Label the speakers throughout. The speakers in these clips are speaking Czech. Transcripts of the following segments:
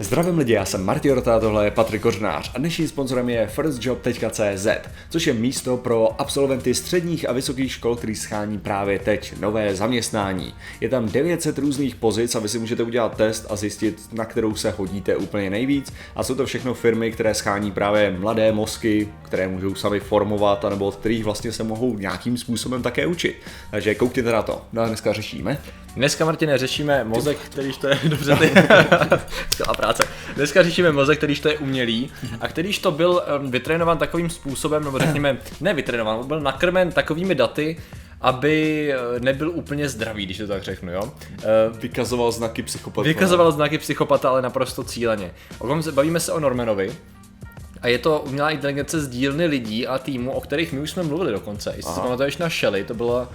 Speaker 1: Zdravím lidi, já jsem Martin Rota, tohle je Patrik Kořnář a dnešním sponzorem je firstjob.cz, což je místo pro absolventy středních a vysokých škol, který schání právě teď nové zaměstnání. Je tam 900 různých pozic a vy si můžete udělat test a zjistit, na kterou se hodíte úplně nejvíc. A jsou to všechno firmy, které schání právě mladé mozky, které můžou sami formovat, anebo od kterých vlastně se mohou nějakým způsobem také učit. Takže koukněte na to. No a dneska řešíme.
Speaker 2: Dneska, Martine, řešíme mozek, kterýž to je, dobře, ty, skvělá práce. Dneska řešíme mozek, kterýž to je umělý a kterýž to byl em, vytrénovan takovým způsobem, nebo řekněme, ne vytrénovan, on byl nakrmen takovými daty, aby eh, nebyl úplně zdravý, když to tak řeknu, jo. Eh,
Speaker 1: Vykazoval znaky psychopatů.
Speaker 2: Vykazoval znaky psychopata, ale naprosto cíleně. O kom se, bavíme se o Normanovi, a je to umělá inteligence z dílny lidí a týmu, o kterých my už jsme mluvili dokonce. Jestli si
Speaker 1: Aha.
Speaker 2: pamatuješ na Shelley, to byla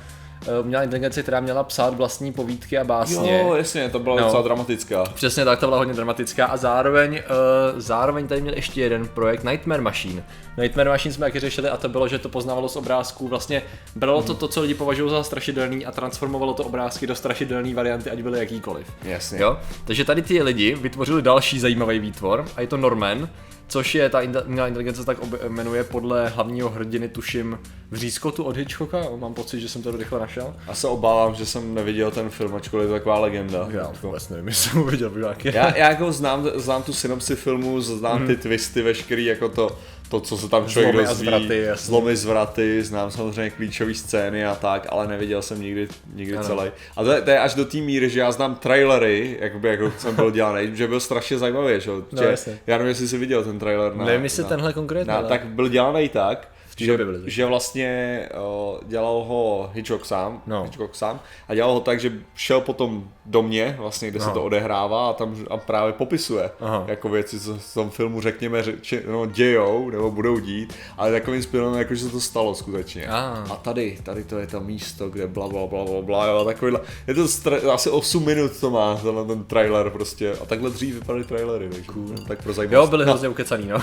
Speaker 2: eh, umělá inteligence, která měla psát vlastní povídky a básně.
Speaker 1: Jo, jasně, to byla
Speaker 2: No.
Speaker 1: docela dramatická.
Speaker 2: Přesně tak, to byla hodně dramatická a zároveň, uh, zároveň tady měl ještě jeden projekt Nightmare Machine. Nightmare Machine jsme taky řešili a to bylo, že to poznávalo z obrázků, vlastně bralo to to, co lidi považují za strašidelný a transformovalo to obrázky do strašidelné varianty, ať byly jakýkoliv.
Speaker 1: Jasně.
Speaker 2: Jo? Takže tady ty lidi vytvořili další zajímavý výtvor a je to Norman, což je ta inte- umělá inteligence se tak ob- jmenuje podle hlavního hrdiny, tuším, v Řízkotu od Hitchcocka, mám pocit, že jsem to rychle našel.
Speaker 1: A se obávám, že jsem neviděl ten film, ačkoliv je taková legenda.
Speaker 2: vůbec vlastně nevím, jestli jsem ho viděl, nějaký.
Speaker 1: Já, já jako znám, znám tu synopsi filmu, znám ty twisty veškerý, jako to, to, co se tam člověk
Speaker 2: Mhm. Zlomy a
Speaker 1: dozví,
Speaker 2: zvraty, jasně.
Speaker 1: zlomy, zvraty, znám samozřejmě klíčové scény a tak, ale neviděl jsem nikdy, nikdy
Speaker 2: Ano.
Speaker 1: celý. A to, je- to, je až do té míry, že já znám trailery, jakoby, jako jsem byl dělaný, že byl strašně zajímavý, že? jo,
Speaker 2: No,
Speaker 1: že-
Speaker 2: jasně.
Speaker 1: já nevím, jestli jsi viděl ten trailer. Na,
Speaker 2: Nevím, jestli
Speaker 1: na,
Speaker 2: tenhle konkrétně,
Speaker 1: Na,
Speaker 2: ale-
Speaker 1: tak byl dělaný tak,
Speaker 2: té
Speaker 1: že,
Speaker 2: době byly taky.
Speaker 1: že vlastně o, dělal ho Hitchcock sám,
Speaker 2: No.
Speaker 1: Hitchcock sám a dělal ho tak, že šel potom do mě, vlastně, kde se
Speaker 2: Aha.
Speaker 1: to odehrává a tam a právě popisuje
Speaker 2: No. Aha.
Speaker 1: jako věci, co v tom filmu řekněme řeči, no, dějou nebo budou dít, ale takovým způsobem, jako že se to stalo skutečně.
Speaker 2: Ah.
Speaker 1: A tady, tady to je to místo, kde bla bla bla bla bla, jo, a takovýhle, je to stra- asi 8 minut to má, tenhle ten trailer prostě, a takhle dřív vypadaly trailery, takže, cool. tak pro zajímavost.
Speaker 2: Jo, byli hrozně ukecaný, no.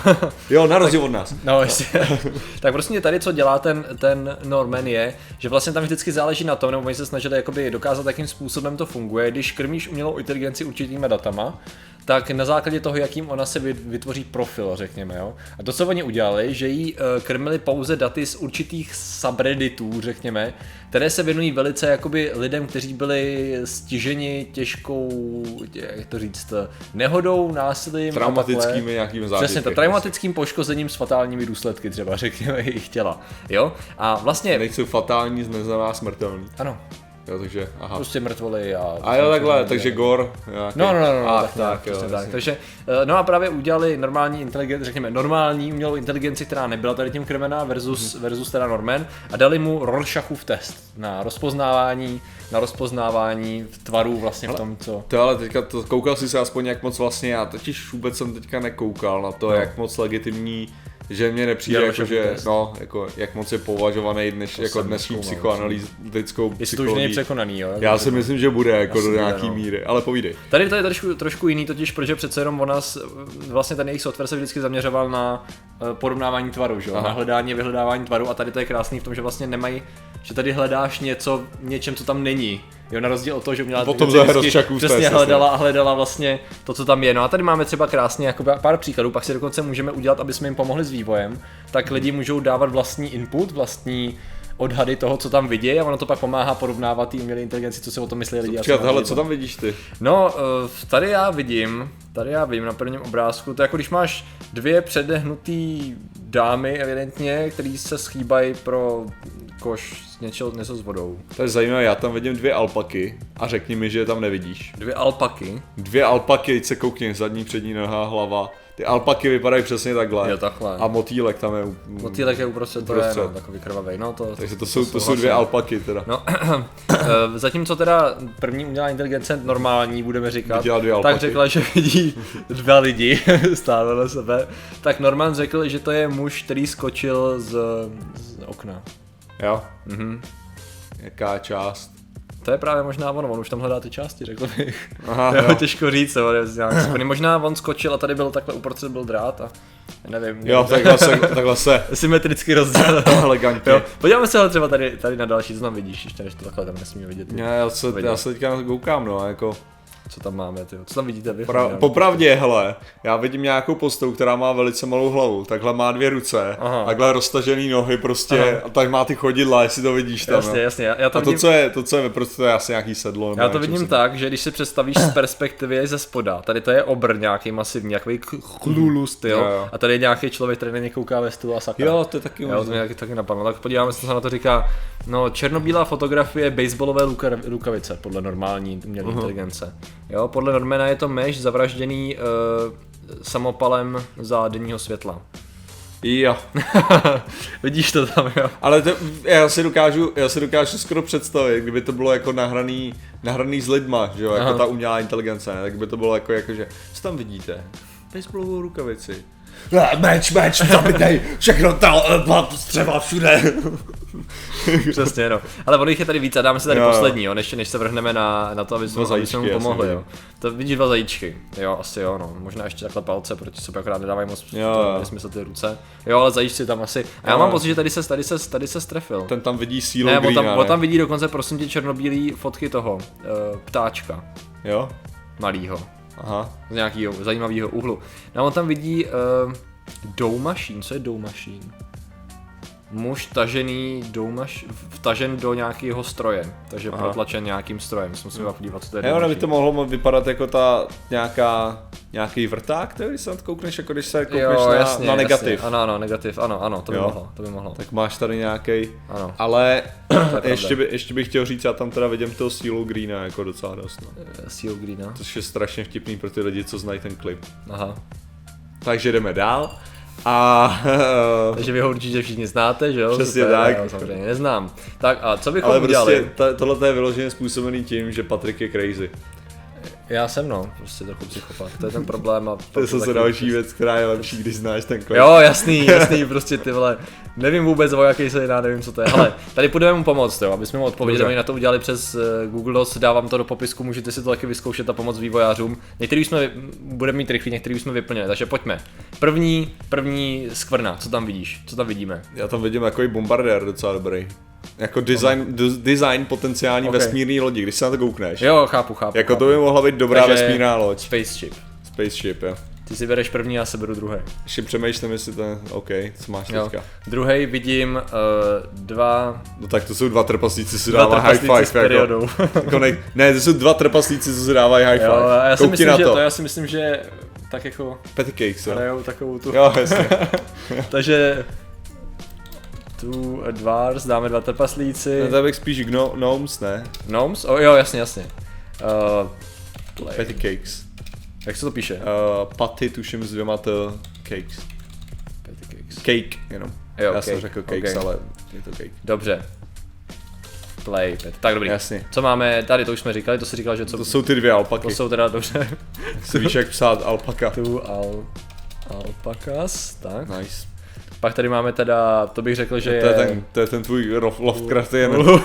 Speaker 1: jo, na rozdíl od nás.
Speaker 2: No, jistě. tak prostě tady, co dělá ten, ten Norman, je, že vlastně tam vždycky záleží na tom, nebo oni se snažili jakoby dokázat, jakým způsobem to funguje. Když krmíš umělou inteligenci určitýma datama, tak na základě toho, jakým ona se vy- vytvoří profil, řekněme, jo. A to, co oni udělali, že jí eh, krmili pouze daty z určitých subredditů, řekněme, které se věnují velice jakoby lidem, kteří byli stiženi těžkou, jak to říct, nehodou, násilím. a takhle.
Speaker 1: Traumatickými nějakými zážitky.
Speaker 2: Přesně, to traumatickým poškozením s fatálními důsledky třeba, řekněme, jejich těla. Jo? A vlastně...
Speaker 1: Nejsou fatální, neznamená smrtelný.
Speaker 2: Ano,
Speaker 1: Jo, takže, aha.
Speaker 2: prostě mrtvoly a...
Speaker 1: A jo, takhle, takže Gor. nějaký-
Speaker 2: No, no, no, no
Speaker 1: Ach,
Speaker 2: tak, tak, tak,
Speaker 1: jo,
Speaker 2: jo, tak.
Speaker 1: jasně.
Speaker 2: Takže, eh, no a právě udělali normální inteligenci, řekněme, normální umělou inteligenci, která nebyla tady tím krmená versus,
Speaker 1: Mhm.
Speaker 2: versus teda Norman a dali mu Rorschachův test na rozpoznávání, na rozpoznávání tvarů vlastně v tom, co...
Speaker 1: To ale teďka to, koukal jsi se aspoň jak moc vlastně, já totiž vůbec jsem teďka nekoukal na to, no. jak moc legitimní, že mě nepřijde,
Speaker 2: Dělal
Speaker 1: jako,
Speaker 2: šokový
Speaker 1: že,
Speaker 2: test.
Speaker 1: no, jako, jak moc je považovaný dneš, jako
Speaker 2: jsem
Speaker 1: dnešní
Speaker 2: nezkoumal,
Speaker 1: psychoanalytickou
Speaker 2: Jestli to už není
Speaker 1: psychologii.
Speaker 2: překonaný, jo?
Speaker 1: Já si myslím, že bude jako
Speaker 2: Asi
Speaker 1: do
Speaker 2: bude,
Speaker 1: nějaký
Speaker 2: no.
Speaker 1: míry, ale povídej.
Speaker 2: Tady to je trošku, trošku jiný totiž, protože přece jenom ona, s- vlastně ten jejich software se vždycky zaměřoval na eh, porovnávání tvaru, že? jo?
Speaker 1: Aha.
Speaker 2: na hledání a vyhledávání tvaru a tady to je krásný v tom, že vlastně nemají, že tady hledáš něco, něčem, co tam není. Jo, na rozdíl od toho, že měla
Speaker 1: Potom
Speaker 2: inteligence
Speaker 1: zahrad
Speaker 2: vždycky
Speaker 1: Chuckův test,
Speaker 2: přesně
Speaker 1: jasně.
Speaker 2: hledala a hledala vlastně to, co tam je. No a tady máme třeba krásně jako pár příkladů, pak si dokonce můžeme udělat, aby jsme jim pomohli s vývojem, tak lidi můžou dávat vlastní input, vlastní odhady toho, co tam vidějí a ono to pak pomáhá porovnávat té umělé inteligenci, co si o tom myslí lidi. a co
Speaker 1: Počkat,
Speaker 2: na to
Speaker 1: hele,
Speaker 2: je.
Speaker 1: co tam vidíš ty?
Speaker 2: No, eh, tady já vidím, tady já vidím na prvním obrázku, to je jako když máš dvě předehnutý dámy evidentně, který se schýbají pro koš s něčeho, něco s vodou.
Speaker 1: To je zajímavé, já tam vidím dvě alpaky a řekni mi, že je tam nevidíš.
Speaker 2: Dvě alpaky.
Speaker 1: Dvě alpaky, teď se koukni, zadní, přední noha, hlava. Ty alpaky vypadají přesně takhle.
Speaker 2: Jo, takhle.
Speaker 1: A motýlek tam je. u-
Speaker 2: Motýlek je uprostřed, to
Speaker 1: Hmm. Uprostřed.
Speaker 2: je no, takový krvavý. No, to,
Speaker 1: Takže to jsou, to jsou
Speaker 2: souhlasím.
Speaker 1: dvě alpaky teda.
Speaker 2: No, eh, zatímco teda první umělá inteligence normální, budeme říkat,
Speaker 1: Viděla dvě alpaky.
Speaker 2: tak řekla, že vidí dva lidi stále na sebe, tak Norman řekl, že to je muž, který skočil z, z okna.
Speaker 1: Jo?
Speaker 2: Mhm.
Speaker 1: Jaká část?
Speaker 2: To je právě možná ono, on už tam hledá ty části, řekl bych.
Speaker 1: Aha,
Speaker 2: jo,
Speaker 1: jo.
Speaker 2: těžko říct, jo, ale nějak splný. možná on skočil a tady byl takhle uprostřed byl drát a já nevím.
Speaker 1: Jo, takhle se, takhle se.
Speaker 2: Symetricky rozdělil.
Speaker 1: Elegantně.
Speaker 2: jo, podíváme se ale třeba tady, tady na další, co tam vidíš, ještě než to takhle tam nesmíme vidět.
Speaker 1: Já, já, se, já se teďka na to koukám, no, jako.
Speaker 2: Co tam máme, ty? Co tam vidíte vy?
Speaker 1: Pra,
Speaker 2: Já-
Speaker 1: popravdě, hele, já vidím nějakou postavu, která má velice malou hlavu, takhle má dvě ruce,
Speaker 2: Aha.
Speaker 1: Aha. takhle roztažený nohy prostě, Aha. a tak má ty chodidla, jestli to vidíš tam.
Speaker 2: Jasně,
Speaker 1: jo.
Speaker 2: jasně, já, já to
Speaker 1: A to,
Speaker 2: vidím,
Speaker 1: co je, to, co je, prostě to je asi nějaký sedlo. nebo
Speaker 2: já to
Speaker 1: něco,
Speaker 2: vidím
Speaker 1: co-
Speaker 2: tak, že když si představíš z perspektivy ze spoda, tady to je obr nějaký masivní, nějaký chlulu styl,
Speaker 1: Jo, jo.
Speaker 2: a tady je nějaký člověk, který na ně kouká ve stůl a sakra.
Speaker 1: Jo, to je taky
Speaker 2: Jo, to mě
Speaker 1: možné.
Speaker 2: taky, taky napadlo. No, Tak podíváme se, co se na to říká. No, černobílá fotografie baseballové luka, rukavice, podle normální umělé
Speaker 1: Mhm.
Speaker 2: uh-huh. inteligence. Jo, podle Normana je to meš zavražděný uh, samopalem za denního světla.
Speaker 1: Jo.
Speaker 2: Vidíš to tam, jo?
Speaker 1: Ale to, já, si dokážu, já si dokážu skoro představit, kdyby to bylo jako nahraný, nahraný s lidma, že jo, jako
Speaker 2: Aha.
Speaker 1: ta umělá inteligence, ne? tak by to bylo jako, jako že, co tam vidíte? Baseballovou rukavici.
Speaker 3: Eh, Meč, meč, zabitej, všechno ta eh, střeva všude.
Speaker 2: Přesně, no. Ale ono jich je tady víc a dáme si tady
Speaker 1: Jo,
Speaker 2: jo.
Speaker 1: jo.
Speaker 2: poslední, jo, než, než se vrhneme na, na to, aby jsme,
Speaker 1: Dva
Speaker 2: aby jsme mu
Speaker 1: zajíčky, já jsem
Speaker 2: pomohli,
Speaker 1: viděl.
Speaker 2: jo. To vidíš dva zajíčky, jo, asi jo, no. Možná ještě takhle palce proti sobě, akorát nedávají moc
Speaker 1: Jo, jo.
Speaker 2: smysl ty ruce. Jo, ale zajíčci tam asi. A já
Speaker 1: Jo,
Speaker 2: mám
Speaker 1: jo.
Speaker 2: pocit, že tady se, tady se, tady se strefil.
Speaker 1: Ten tam vidí sílu
Speaker 2: Ne, on tam,
Speaker 1: Greena,
Speaker 2: on tam vidí dokonce, prosím tě, černobílý fotky toho uh, ptáčka
Speaker 1: Jo?
Speaker 2: malýho
Speaker 1: Aha.
Speaker 2: z nějakého zajímavého úhlu. No, on tam vidí uh, doumašín, co je doumašín? Muž tažený doumaš, vtažen do nějakého stroje, takže Aha.
Speaker 1: Aha. Hmm.
Speaker 2: protlačen nějakým strojem, jsem se podívat, co to je
Speaker 1: Jo, ono by
Speaker 2: doumašín.
Speaker 1: to mohlo mo- vypadat jako ta nějaká, nějaký vrták, to je, když se na to koukneš, jako když se koukneš
Speaker 2: jo,
Speaker 1: na,
Speaker 2: jasně,
Speaker 1: na negativ.
Speaker 2: Jasně. Ano, ano, negativ, ano, ano, to by
Speaker 1: Jo.
Speaker 2: mohlo, to by mohlo.
Speaker 1: Tak máš tady nějaký.
Speaker 2: Ano.
Speaker 1: Ale
Speaker 2: pravda.
Speaker 1: ještě, by, ještě bych chtěl říct, já tam teda vidím toho sílu Greena jako docela dost. No.
Speaker 2: Eh, Seal Greena,
Speaker 1: Což je strašně vtipný pro ty lidi, co znají ten klip.
Speaker 2: aha.
Speaker 1: Takže jdeme dál. A
Speaker 2: Takže vy ho určitě všichni znáte, že jo?
Speaker 1: Přesně
Speaker 2: Super,
Speaker 1: tak.
Speaker 2: jo, samozřejmě neznám. Tak a co bychom
Speaker 1: ale
Speaker 2: udělali?
Speaker 1: prostě ta, tohle je vyloženě způsobený tím, že Patrik je crazy.
Speaker 2: Já jsem no, prostě trochu psychopat, to je ten problém a...
Speaker 1: To je zase
Speaker 2: taky-
Speaker 1: další věc, která je lepší, když znáš ten klip.
Speaker 2: Jako, Jo, jasný, jasný, prostě ty vole, nevím vůbec o jaký se jedná, nevím co to je, ale tady půjdeme mu pomoct, jo, aby jsme mu odpověděli,
Speaker 1: Dobře.
Speaker 2: oni na to udělali přes eh, Google Docs, dávám to do popisku, můžete si to taky vyzkoušet a pomoct vývojářům. Některý už jsme, vy- budeme mít rychlý, některý už jsme vyplnili, takže pojďme. První, první skvrna, co tam vidíš, co tam vidíme?
Speaker 1: Já tam vidím takový bombardér docela dobrý. Jako design, d- design potenciální
Speaker 2: Okay.
Speaker 1: okay. vesmírný lodi, když se na to koukneš.
Speaker 2: Jo, chápu, chápu.
Speaker 1: Jako
Speaker 2: chápu.
Speaker 1: to by mohla být dobrá
Speaker 2: Takže-
Speaker 1: Takže... vesmírná loď.
Speaker 2: Spaceship.
Speaker 1: Spaceship, jo.
Speaker 2: Ty si bereš první, já se beru druhý.
Speaker 1: Ještě přemýšlím, jestli to je OK, co máš
Speaker 2: Jo.
Speaker 1: teďka.
Speaker 2: Druhý vidím uh, dva,
Speaker 1: No tak to jsou dva trpaslíci, co si
Speaker 2: dva
Speaker 1: dávají high
Speaker 2: trpaslíci
Speaker 1: five.
Speaker 2: s periodou.
Speaker 1: Jako, jako ne, ne, to jsou dva trpaslíci, co si dávají high five.
Speaker 2: Jo, a já si
Speaker 1: Koukni
Speaker 2: myslím,
Speaker 1: na
Speaker 2: že
Speaker 1: to.
Speaker 2: to, já si myslím, že tak jako
Speaker 1: Patty cakes, jo.
Speaker 2: hrajou takovou tu,
Speaker 1: Jo, jasně.
Speaker 2: takže tu dvárs, dáme dva trpaslíci.
Speaker 1: No, to bych spíš gno, gnomes, ne?
Speaker 2: Gnomes? O, jo, jasně, jasně. Uh, play.
Speaker 1: Patty cakes.
Speaker 2: Jak se to píše?
Speaker 1: Uh, patty tuším s dvěma t cakes. Cake, jenom.
Speaker 2: Jo,
Speaker 1: já jsem
Speaker 2: cake,
Speaker 1: řekl cakes,
Speaker 2: ok.
Speaker 1: ale je to cake.
Speaker 2: Dobře. Play. Pet. Tak dobrý.
Speaker 1: Jasně.
Speaker 2: Co máme tady, to už jsme říkali, to si říkal, že co...
Speaker 1: To jsou ty dvě alpaky.
Speaker 2: to jsou teda dobře.
Speaker 1: Si víš, jak psát alpaka.
Speaker 2: tu al, alpakas, tak.
Speaker 1: Nice.
Speaker 2: Pak tady máme teda, to bych řekl, že
Speaker 1: No. To je ten, to je ten tvůj rof- Lovecraftian.
Speaker 2: Uh.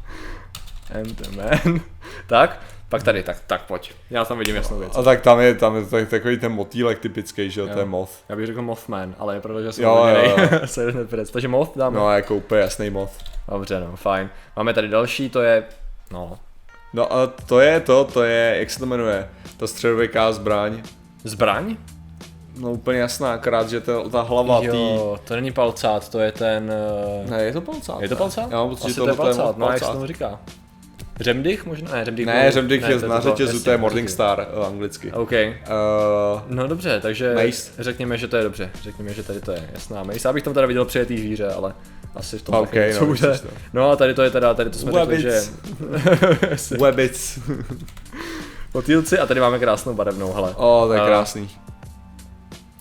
Speaker 2: And the man. tak, pak tady, tak, tak pojď. Já tam vidím jasnou věc.
Speaker 1: A tak tam je, tam je tak, takový ten motýlek typický, že jo, to je moth.
Speaker 2: Já bych řekl Mothman, ale je pravda, že jsem
Speaker 1: Jo, jo,
Speaker 2: jo,
Speaker 1: jo.
Speaker 2: se jeden prec. Takže Moth dáme.
Speaker 1: No a jako úplně jasný moth.
Speaker 2: Dobře, no, fajn. Máme tady další, to je, no,
Speaker 1: No a to je to, to je, jak se to jmenuje, ta středověká zbraň.
Speaker 2: zbraň?
Speaker 1: No úplně jasná, akorát, že ta, ta hlava tý...
Speaker 2: Jo, to není palcát, to je ten... eh,
Speaker 1: Ne, je to palcát.
Speaker 2: je to
Speaker 1: ne?
Speaker 2: palcát?
Speaker 1: Já mám pocit,
Speaker 2: Asi
Speaker 1: že
Speaker 2: to je
Speaker 1: tohle to
Speaker 2: palcát,
Speaker 1: je
Speaker 2: no, jak se tomu
Speaker 1: palcát.
Speaker 2: říká? Řemdych možná? Ne, řemdych
Speaker 1: Ne, Řemdych je
Speaker 2: to
Speaker 1: na
Speaker 2: to-
Speaker 1: řetězu,
Speaker 2: jasně,
Speaker 1: to je
Speaker 2: to
Speaker 1: Morningstar eh, anglicky.
Speaker 2: OK.
Speaker 1: Uh,
Speaker 2: No dobře, takže
Speaker 1: Mace.
Speaker 2: řekněme, že to je dobře. Řekněme, že tady to je jasná mace. Já bych tam teda viděl přijetý zvíře, ale asi v tom
Speaker 1: OK,
Speaker 2: taky něco
Speaker 1: no,
Speaker 2: bude.
Speaker 1: vidíš to.
Speaker 2: No a tady to je teda, tady to jsme řekli, že
Speaker 1: Webic. Webic.
Speaker 2: potýlci a tady máme krásnou barevnou, hele.
Speaker 1: O, to je
Speaker 2: A-
Speaker 1: krásný.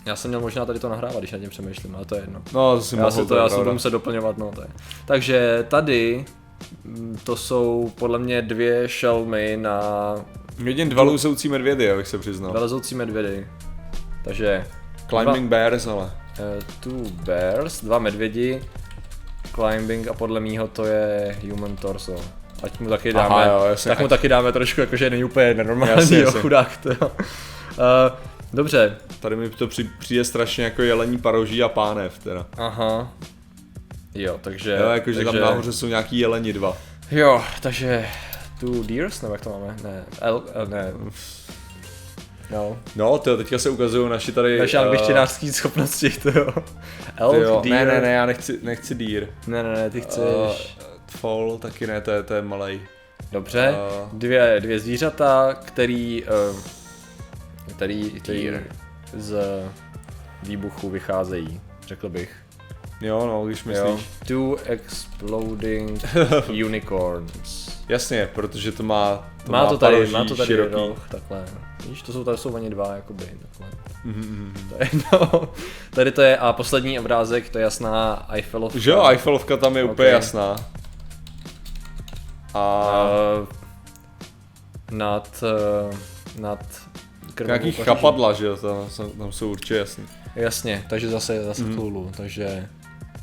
Speaker 2: Já jsem měl možná tady to nahrávat, když nad tím přemýšlím, ale to je jedno.
Speaker 1: No, to si
Speaker 2: Já
Speaker 1: mohl,
Speaker 2: si to,
Speaker 1: je
Speaker 2: já si to
Speaker 1: pravda.
Speaker 2: budu muset doplňovat, no to je. Takže tady mm, to jsou podle mě dvě šelmy na
Speaker 1: No. Vidím dva louzoucí medvědy, abych se přiznal.
Speaker 2: velezoucí medvědy. Takže
Speaker 1: Climbing bears, ale.
Speaker 2: Uh, two bears, dva medvědi, climbing a podle mýho to je human torso. Ať mu taky
Speaker 1: Aha,
Speaker 2: dáme, Aha,
Speaker 1: jo,
Speaker 2: jo,
Speaker 1: jasně,
Speaker 2: tak mu
Speaker 1: ať-
Speaker 2: taky dáme trošku, jakože není úplně nenormální,
Speaker 1: Jasně,
Speaker 2: jo,
Speaker 1: jasně.
Speaker 2: chudák to jo. Uh, dobře,
Speaker 1: Tady mi to při, přijde strašně jako jelení paroží a pánev teda.
Speaker 2: aha. Jo, takže...
Speaker 1: Jo, jakože
Speaker 2: takže,
Speaker 1: tam nahoře jsou nějaký jeleni dva.
Speaker 2: Jo, takže to Deers, nebo jak to máme? Ne, L, eh, ne. No,
Speaker 1: No, to teďka se ukazují naši tady...
Speaker 2: naše
Speaker 1: eh,
Speaker 2: angličtinářský schopnosti, to jo. Elk,
Speaker 1: ty jo.
Speaker 2: deer.
Speaker 1: Ne, ne, ne, já nechci, nechci deer.
Speaker 2: ne, ne, ne, ty
Speaker 1: Eh,
Speaker 2: chceš.
Speaker 1: fall taky ne, to je, to je malej.
Speaker 2: Dobře,
Speaker 1: eh.
Speaker 2: dvě, dvě zvířata, který, eh, který, který
Speaker 3: Deer.
Speaker 2: z výbuchu vycházejí, řekl bych.
Speaker 1: Jo, no, když
Speaker 2: Jo.
Speaker 1: myslíš.
Speaker 2: Two exploding unicorns.
Speaker 1: Jasně, protože to má...
Speaker 2: To má, to tady, má to tady no.
Speaker 1: široký.
Speaker 2: roh, takhle. Víš, to jsou tady jsou ani dva, jakoby, takhle.
Speaker 1: Mhm,
Speaker 2: To je, no, tady to je, a poslední obrázek, to je jasná Eiffelovka.
Speaker 1: Že jo, Eiffelovka tam je
Speaker 2: Ok.
Speaker 1: úplně jasná. A
Speaker 2: Eh, nad, eh, nad krvou
Speaker 1: nějaký
Speaker 2: kořiží.
Speaker 1: chapadla, že jo, tam, jsou- tam jsou určitě jasný.
Speaker 2: Jasně, takže zase, zase v tůlu, takže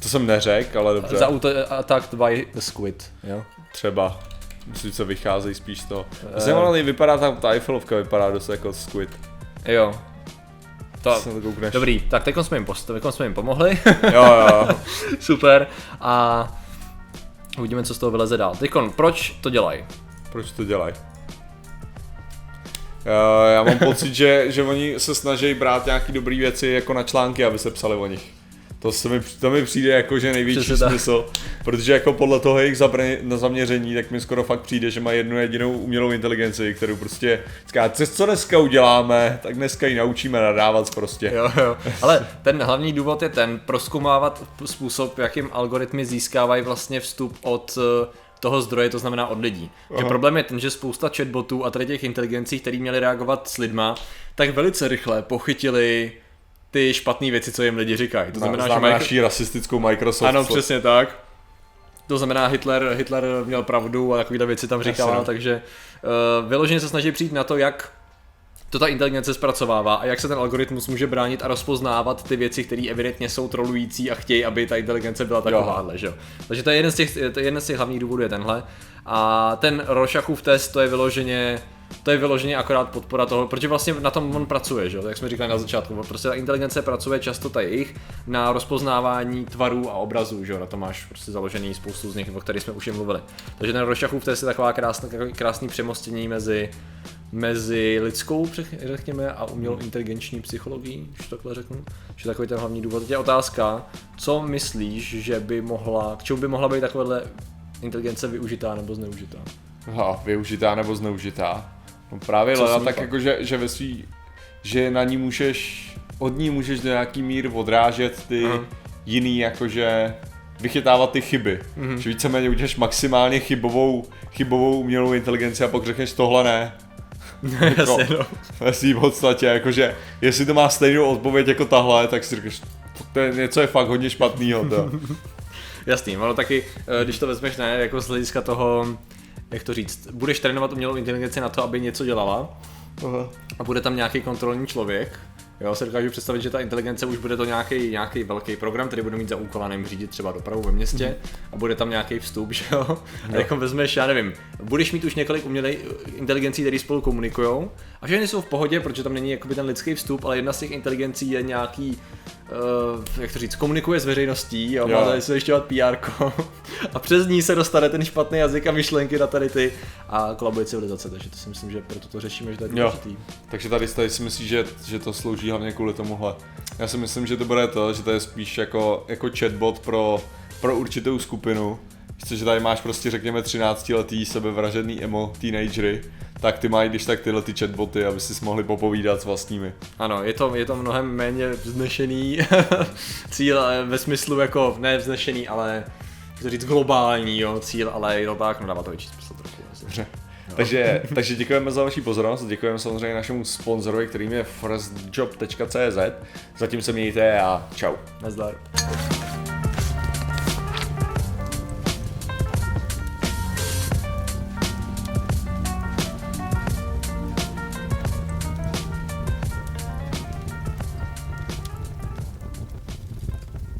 Speaker 1: To jsem neřekl, ale dobře.
Speaker 2: za auto, attacked by the squid, jo.
Speaker 1: Třeba. Myslím, že vycházejí spíš z toho.
Speaker 2: Eh.
Speaker 1: Jsem ale vypadá tam, ta Eiffelovka vypadá dost jako squid.
Speaker 2: Jo. To,
Speaker 1: Se na to koukneš.
Speaker 2: dobrý, tak teď jsme jim, post- teďkon jsme jim pomohli.
Speaker 1: Jo, jo, jo.
Speaker 2: Super. A uvidíme, co z toho vyleze dál. Teďkon, proč to dělají?
Speaker 1: Proč to dělají? Eh, Já mám pocit, že, že oni se snaží brát nějaký dobrý věci jako na články, aby se psali o nich. To, se mi, to mi přijde jako, že největší
Speaker 2: Přesně tak.
Speaker 1: smysl, protože jako podle toho jejich zabrně, na zaměření, tak mi skoro fakt přijde, že má jednu jedinou umělou inteligenci, kterou prostě říká, "Co- co dneska uděláme, tak dneska ji naučíme nadávat prostě.
Speaker 2: Jo, jo. Ale ten hlavní důvod je ten, proskoumávat způsob, jakým algoritmy získávají vlastně vstup od eh, toho zdroje, to znamená od lidí. Že problém je ten, že spousta chatbotů a tady těch inteligencí, který měli reagovat s lidma, tak velice rychle pochytili ty špatné věci, co jim lidi říkají. To
Speaker 1: To znamená,
Speaker 2: znamená,
Speaker 1: Známe
Speaker 2: že
Speaker 1: naší rasistickou Microsoft.
Speaker 2: Ano, přesně tak. To znamená, Hitler, Hitler měl pravdu a takovéhle věci tam říkal,
Speaker 1: Jasně, no.
Speaker 2: takže uh, vyloženě se snaží přijít na to, jak to ta inteligence zpracovává a jak se ten algoritmus může bránit a rozpoznávat ty věci, které evidentně jsou trolující a chtějí, aby ta inteligence byla takováhle, že jo. Takže to je jeden z těch, to je jeden z těch hlavních důvodů je tenhle. A ten Rošachův test, to je vyloženě to je vyloženě akorát podpora toho, protože vlastně na tom on pracuje, že jo, jak jsme říkali na začátku, prostě ta inteligence pracuje často ta jejich na rozpoznávání tvarů a obrazů, že jo, na to máš prostě založený spoustu z nich, o kterých jsme už jim mluvili. Takže ten Rošachův test je taková krásná, krásný přemostění mezi mezi lidskou, řek- řekněme, a umělou inteligenční psychologií, když to takhle řeknu, že takový ten hlavní důvod. Teď je otázka, co myslíš, že by mohla, k čemu by mohla být takováhle inteligence využitá nebo zneužitá?
Speaker 1: Ha, No, využitá nebo zneužitá. No právě
Speaker 2: Co
Speaker 1: Lena
Speaker 2: si
Speaker 1: tak
Speaker 2: myslel?
Speaker 1: jako, že, že ve svý, že na ní můžeš, od ní můžeš do nějaký mír odrážet ty
Speaker 2: Aha.
Speaker 1: jiný jakože vychytávat ty chyby.
Speaker 2: Mhm.
Speaker 1: Mm-hmm. Že víceméně uděláš maximálně chybovou, chybovou umělou inteligenci a pak řekneš tohle ne.
Speaker 2: Jasně, no.
Speaker 1: Ve svý podstatě, jakože jestli to má stejnou odpověď jako tahle, tak si říkáš, to- to je něco je fakt hodně špatného. To.
Speaker 2: Jasný, ono taky, eh, když to vezmeš ne, jako z hlediska toho, jak to říct, budeš trénovat umělou inteligenci na to, aby něco dělala a bude tam nějaký kontrolní člověk, Jo, se dokážu představit, že ta inteligence už bude to nějaký, nějaký velký program, který bude mít za úkol, já nevím, řídit třeba dopravu ve městě a bude tam nějaký vstup, že Mhm. jo? A jako vezmeš, já nevím, budeš mít už několik umělej eh, inteligencí, které spolu komunikují a všechny jsou v pohodě, protože tam není jakoby ten lidský vstup, ale jedna z těch inteligencí je nějaký, uh, jak to říct, komunikuje s veřejností, jo,
Speaker 1: Jo.
Speaker 2: jo. má se ještě PR a přes ní se dostane ten špatný jazyk a myšlenky na tady ty a kolabuje civilizace, takže to si myslím, že proto to řešíme, že to je
Speaker 1: Jo.
Speaker 2: důležitý.
Speaker 1: Takže tady, tady si myslíš, že, že to slouží hlavně kvůli tomuhle. Já si myslím, že to bude to, že to je spíš jako, jako chatbot pro, pro určitou skupinu. Víš co, že tady máš prostě řekněme 13 letý sebevražedný emo teenagery, tak ty mají když tak tyhle ty chatboty, aby si mohli popovídat s vlastními.
Speaker 2: Ano, je to, je to mnohem méně vznešený cíl eh, ve smyslu jako, ne vznešený, ale jak to říct globální jo, cíl, ale je to tak, no dává to větší smysl trochu. jasně.
Speaker 1: Takže, takže děkujeme za vaši pozornost, děkujeme samozřejmě našemu sponzorovi, kterým je firstjob.cz. Zatím se mějte a čau.
Speaker 2: Nazdar.